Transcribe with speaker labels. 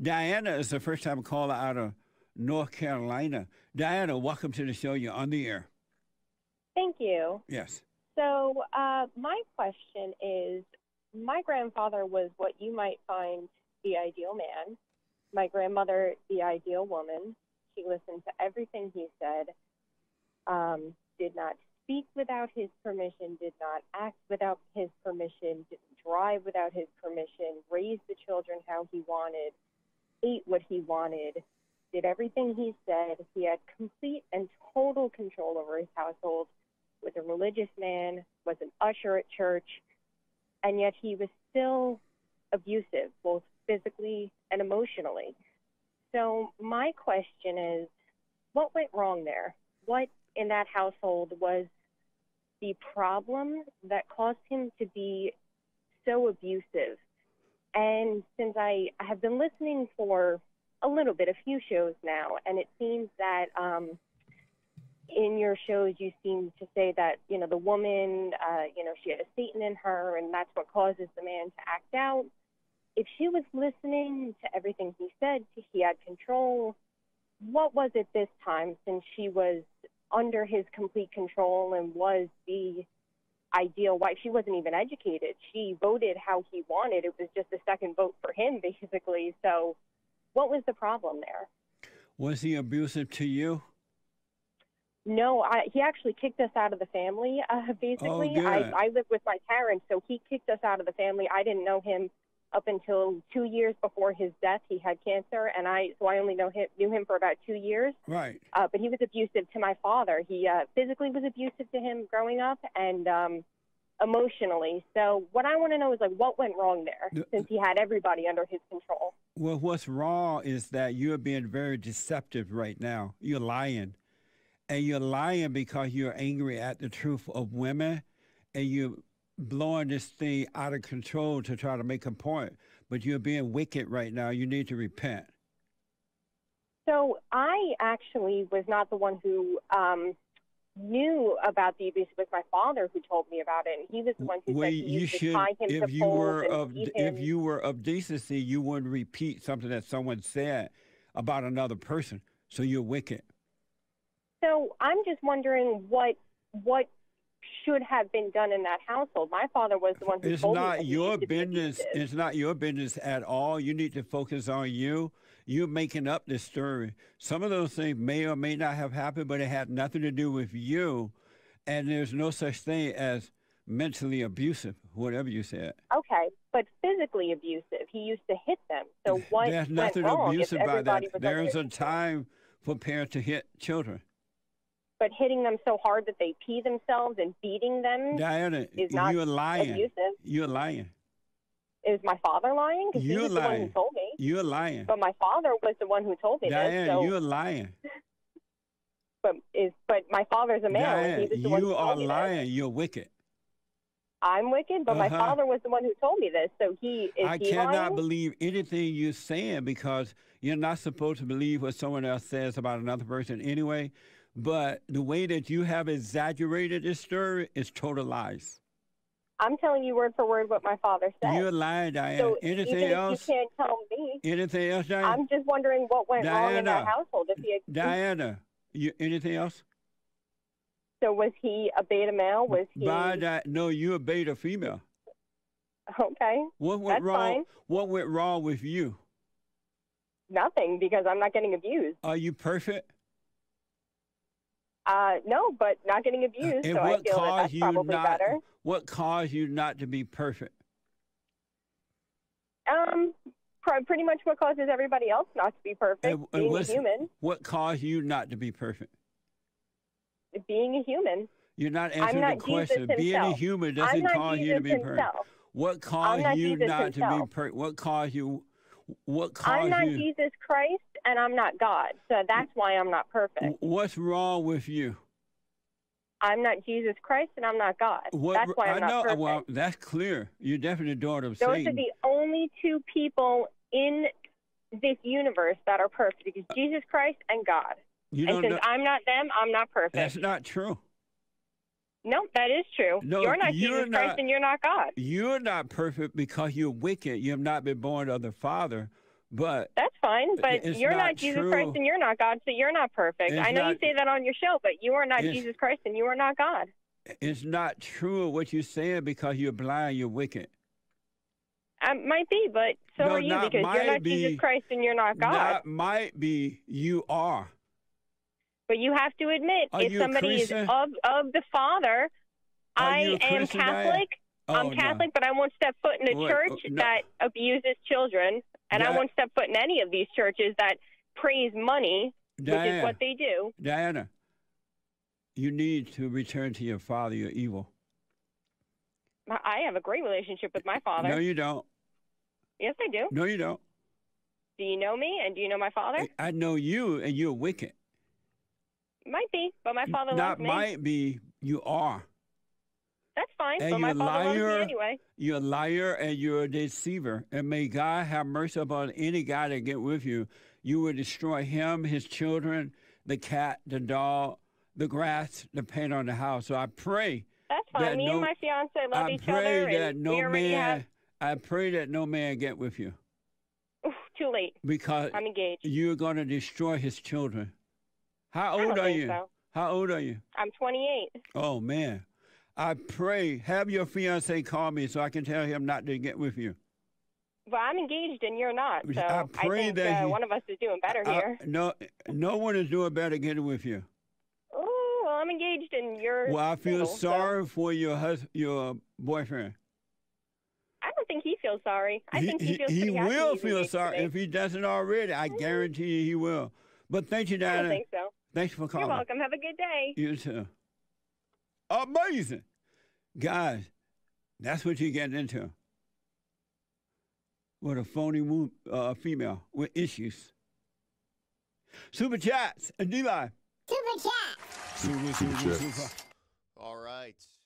Speaker 1: Diana is the first time caller out of North Carolina. Diana, welcome to the show. You're on the air.
Speaker 2: Thank you.
Speaker 1: Yes.
Speaker 2: So, uh, my question is my grandfather was what you might find the ideal man, my grandmother, the ideal woman. She listened to everything he said, um, did not speak without his permission, did not act without his permission, didn't drive without his permission, raised the children how he wanted, ate what he wanted, did everything he said. He had complete and total control over his household, was a religious man, was an usher at church, and yet he was still abusive, both physically and emotionally. So, my question is what went wrong there? What in that household was the problem that caused him to be so abusive? And since I I have been listening for a little bit, a few shows now, and it seems that um, in your shows you seem to say that you know the woman, uh, you know, she had a Satan in her, and that's what causes the man to act out. If she was listening to everything he said, he had control. What was it this time, since she was under his complete control and was the ideal wife? She wasn't even educated. She voted how he wanted. It was just a second vote for him, basically. So, what was the problem there?
Speaker 1: Was he abusive to you?
Speaker 2: No, I, he actually kicked us out of the family. Uh, basically,
Speaker 1: Oh, good.
Speaker 2: I, I lived with my parents, so he kicked us out of the family. I didn't know him up until two years before his death. He had cancer, and I so I only know him, knew him for about two years.
Speaker 1: Right.
Speaker 2: Uh, but he was abusive to my father. He uh, physically was abusive to him growing up, and um, emotionally. So what I want to know is like what went wrong there,
Speaker 1: The-
Speaker 2: since he had everybody under his control.
Speaker 1: Well, what's wrong is that you're being very deceptive right now. You're lying. And you're lying because you're angry at the truth of women and you're blowing this thing out of control to try to make a point. But you're being wicked right now. You need to repent.
Speaker 2: So I actually was not the one who um, knew about the abuse. It was my father who told me about it, and he was the one who
Speaker 1: Well,
Speaker 2: said he
Speaker 1: you
Speaker 2: used to
Speaker 1: should
Speaker 2: tie him to
Speaker 1: if you
Speaker 2: poles
Speaker 1: were
Speaker 2: and
Speaker 1: of
Speaker 2: beat him.
Speaker 1: if you were of decency, you wouldn't repeat something that someone said about another person. So you're wicked.
Speaker 2: So I'm just wondering what what should have been done in that household. My father was the one who
Speaker 1: It's
Speaker 2: told me that
Speaker 1: not
Speaker 2: he
Speaker 1: your
Speaker 2: used to be
Speaker 1: business.
Speaker 2: abusive.
Speaker 1: It's not your business at all. You need to focus on you. You're making up this story. Some of those things may or may not have happened, but it had nothing to do with you. And there's no such thing as mentally abusive, whatever you said.
Speaker 2: Okay, but physically abusive. He used to hit them. So what
Speaker 1: There's
Speaker 2: went
Speaker 1: nothing
Speaker 2: wrong if
Speaker 1: abusive about that.
Speaker 2: everybody was
Speaker 1: There
Speaker 2: under
Speaker 1: is a
Speaker 2: control?
Speaker 1: time for parents to hit children.
Speaker 2: But hitting them so hard that they pee themselves and beating them
Speaker 1: Diana,
Speaker 2: is not
Speaker 1: you're lying.
Speaker 2: abusive.
Speaker 1: You're lying.
Speaker 2: Is my father lying? Because he
Speaker 1: You're
Speaker 2: was the one
Speaker 1: lying.
Speaker 2: who told me.
Speaker 1: You're lying.
Speaker 2: But my father was the one who told me
Speaker 1: Diana,
Speaker 2: this. So,
Speaker 1: you're lying.
Speaker 2: but is but my father's a male.
Speaker 1: Diana,
Speaker 2: and he was the one who
Speaker 1: you
Speaker 2: told
Speaker 1: are
Speaker 2: me this.
Speaker 1: lying. You're wicked.
Speaker 2: I'm wicked, but my
Speaker 1: Uh-huh.
Speaker 2: father was the one who told me this. So he is
Speaker 1: I
Speaker 2: he
Speaker 1: cannot
Speaker 2: lying?
Speaker 1: believe anything you're saying because you're not supposed to believe what someone else says about another person anyway. But the way that you have exaggerated this story is total lies.
Speaker 2: I'm telling you word for word what my father said.
Speaker 1: You're lying, Diana.
Speaker 2: so even
Speaker 1: anything
Speaker 2: if
Speaker 1: else?
Speaker 2: you can't tell me,
Speaker 1: Anything else, Diana?
Speaker 2: I'm just wondering what went wrong in that
Speaker 1: Diana.
Speaker 2: household. If he had,
Speaker 1: Diana, you, anything else?
Speaker 2: so was he a beta male? Was he
Speaker 1: By that, no, you're a beta female.
Speaker 2: okay?
Speaker 1: What went
Speaker 2: That's
Speaker 1: wrong?
Speaker 2: fine.
Speaker 1: What went wrong with you?
Speaker 2: Nothing because I'm not getting abused.
Speaker 1: Are you perfect?
Speaker 2: Uh, no, but not getting abused.
Speaker 1: and
Speaker 2: so I
Speaker 1: what
Speaker 2: feel that
Speaker 1: caused
Speaker 2: that's
Speaker 1: you
Speaker 2: probably
Speaker 1: not?
Speaker 2: better.
Speaker 1: What caused you not to be perfect?
Speaker 2: Um, pr- pretty much what causes everybody else not to be perfect.
Speaker 1: And- and
Speaker 2: being a
Speaker 1: what's-
Speaker 2: human.
Speaker 1: What caused you not to be perfect?
Speaker 2: Being a human.
Speaker 1: You're not answering
Speaker 2: not
Speaker 1: the
Speaker 2: Jesus
Speaker 1: question. Being a
Speaker 2: himself.
Speaker 1: human
Speaker 2: I'm
Speaker 1: doesn't
Speaker 2: not
Speaker 1: cause
Speaker 2: Jesus
Speaker 1: you to be
Speaker 2: himself.
Speaker 1: perfect. What caused
Speaker 2: not
Speaker 1: you
Speaker 2: Jesus
Speaker 1: not to be
Speaker 2: himself.
Speaker 1: perfect? What caused you? What caused
Speaker 2: I'm not
Speaker 1: you?
Speaker 2: Jesus Christ and I'm not God. So that's why I'm not perfect.
Speaker 1: What's wrong with you?
Speaker 2: I'm not Jesus Christ and I'm not God.
Speaker 1: What,
Speaker 2: that's why I'm
Speaker 1: I
Speaker 2: not
Speaker 1: know. uh,
Speaker 2: perfect.
Speaker 1: Well, that's clear. You're definitely the daughter of
Speaker 2: Those are
Speaker 1: Satan.
Speaker 2: the only two people in this universe that are perfect because Jesus Christ and God.
Speaker 1: Uh, you
Speaker 2: and
Speaker 1: don't
Speaker 2: since
Speaker 1: know.
Speaker 2: I'm not them, I'm not
Speaker 1: That's
Speaker 2: perfect.
Speaker 1: not true.
Speaker 2: No, that is true.
Speaker 1: No,
Speaker 2: you're not
Speaker 1: you're
Speaker 2: Jesus Christ
Speaker 1: not-
Speaker 2: and you're not God.
Speaker 1: You're not perfect because you're wicked. You have not been born of the Father, But
Speaker 2: That's fine, but
Speaker 1: It's
Speaker 2: you're
Speaker 1: not
Speaker 2: not, Jesus
Speaker 1: true.
Speaker 2: Christ and you're not God, so you're not perfect.
Speaker 1: It's
Speaker 2: I know you
Speaker 1: not-
Speaker 2: say that on your show, but you are not
Speaker 1: It's-
Speaker 2: Jesus Christ and you are not God.
Speaker 1: it's not true what you're saying because you're blind, you're wicked.
Speaker 2: I Um, might be, but so
Speaker 1: No,
Speaker 2: are you
Speaker 1: not
Speaker 2: because you're
Speaker 1: might
Speaker 2: not
Speaker 1: be.
Speaker 2: Jesus Christ and you're not God.
Speaker 1: That might be you are.
Speaker 2: But you have to admit,
Speaker 1: Are
Speaker 2: if
Speaker 1: you a
Speaker 2: somebody is
Speaker 1: Christian?
Speaker 2: of of the Father,
Speaker 1: Are you a
Speaker 2: I am
Speaker 1: Christian, Diane?
Speaker 2: Catholic.
Speaker 1: Oh,
Speaker 2: I'm
Speaker 1: no.
Speaker 2: Catholic, but I won't step foot in a
Speaker 1: Wait,
Speaker 2: church
Speaker 1: oh, no.
Speaker 2: that abuses children, and I
Speaker 1: Di-
Speaker 2: won't step foot in any of these churches that praise money, which
Speaker 1: Diane,
Speaker 2: is what they do.
Speaker 1: Diana, you need to return to your father, you're evil.
Speaker 2: I have a great relationship with my father.
Speaker 1: No, you don't.
Speaker 2: yes, I do.
Speaker 1: No, you don't.
Speaker 2: Do you know me and do you know my father?
Speaker 1: I- I know you and you're wicked.
Speaker 2: might be, but my father
Speaker 1: Not
Speaker 2: loves me.
Speaker 1: might be, you are.
Speaker 2: That's fine,
Speaker 1: and
Speaker 2: but my
Speaker 1: you're a
Speaker 2: father
Speaker 1: liar.
Speaker 2: loves me anyway.
Speaker 1: You're a liar and you're a deceiver. And may God have mercy upon any guy that get with you. You will destroy him, his children, the cat, the dog, the grass, the paint on the house. So I pray,
Speaker 2: That's fine.
Speaker 1: That
Speaker 2: me
Speaker 1: no-
Speaker 2: and my fiance love
Speaker 1: I
Speaker 2: each other,
Speaker 1: pray that
Speaker 2: and we
Speaker 1: no
Speaker 2: already
Speaker 1: man, I pray that no man get with you
Speaker 2: have. Oof, too late.
Speaker 1: because
Speaker 2: I'm engaged.
Speaker 1: you're going to destroy his children. How
Speaker 2: I don't
Speaker 1: old are
Speaker 2: think
Speaker 1: you?
Speaker 2: so.
Speaker 1: How old are you?
Speaker 2: I'm 28.
Speaker 1: Oh man, I pray have your fiance call me so I can tell him not to get with you.
Speaker 2: Well, I'm engaged and you're not.
Speaker 1: We-
Speaker 2: So
Speaker 1: I
Speaker 2: I,
Speaker 1: pray
Speaker 2: think
Speaker 1: that
Speaker 2: uh,
Speaker 1: he-
Speaker 2: one of us is doing better
Speaker 1: I-
Speaker 2: here.
Speaker 1: no, no one is doing better getting with you.
Speaker 2: Oh, well, I'm engaged and you're.
Speaker 1: Well, I feel
Speaker 2: single, so
Speaker 1: sorry for your hus- your boyfriend.
Speaker 2: I don't think he feels sorry. I
Speaker 1: he
Speaker 2: think he
Speaker 1: he-
Speaker 2: feels
Speaker 1: he
Speaker 2: pretty happy
Speaker 1: will
Speaker 2: he's
Speaker 1: feel
Speaker 2: engaged
Speaker 1: sorry
Speaker 2: today.
Speaker 1: if he doesn't already. I
Speaker 2: Mm-hmm.
Speaker 1: guarantee you he will. But thank you,
Speaker 2: I don't
Speaker 1: Diana.
Speaker 2: think so.
Speaker 1: Thanks for
Speaker 2: Oh, You're
Speaker 1: calling.
Speaker 2: welcome. Have a good day.
Speaker 1: You too. Amazing. Guys, that's what you get into. With a phony wo- uh, female with issues. Super chats and D Live.
Speaker 3: Super chat.
Speaker 1: Super, super,
Speaker 4: Super
Speaker 1: super.
Speaker 4: chats.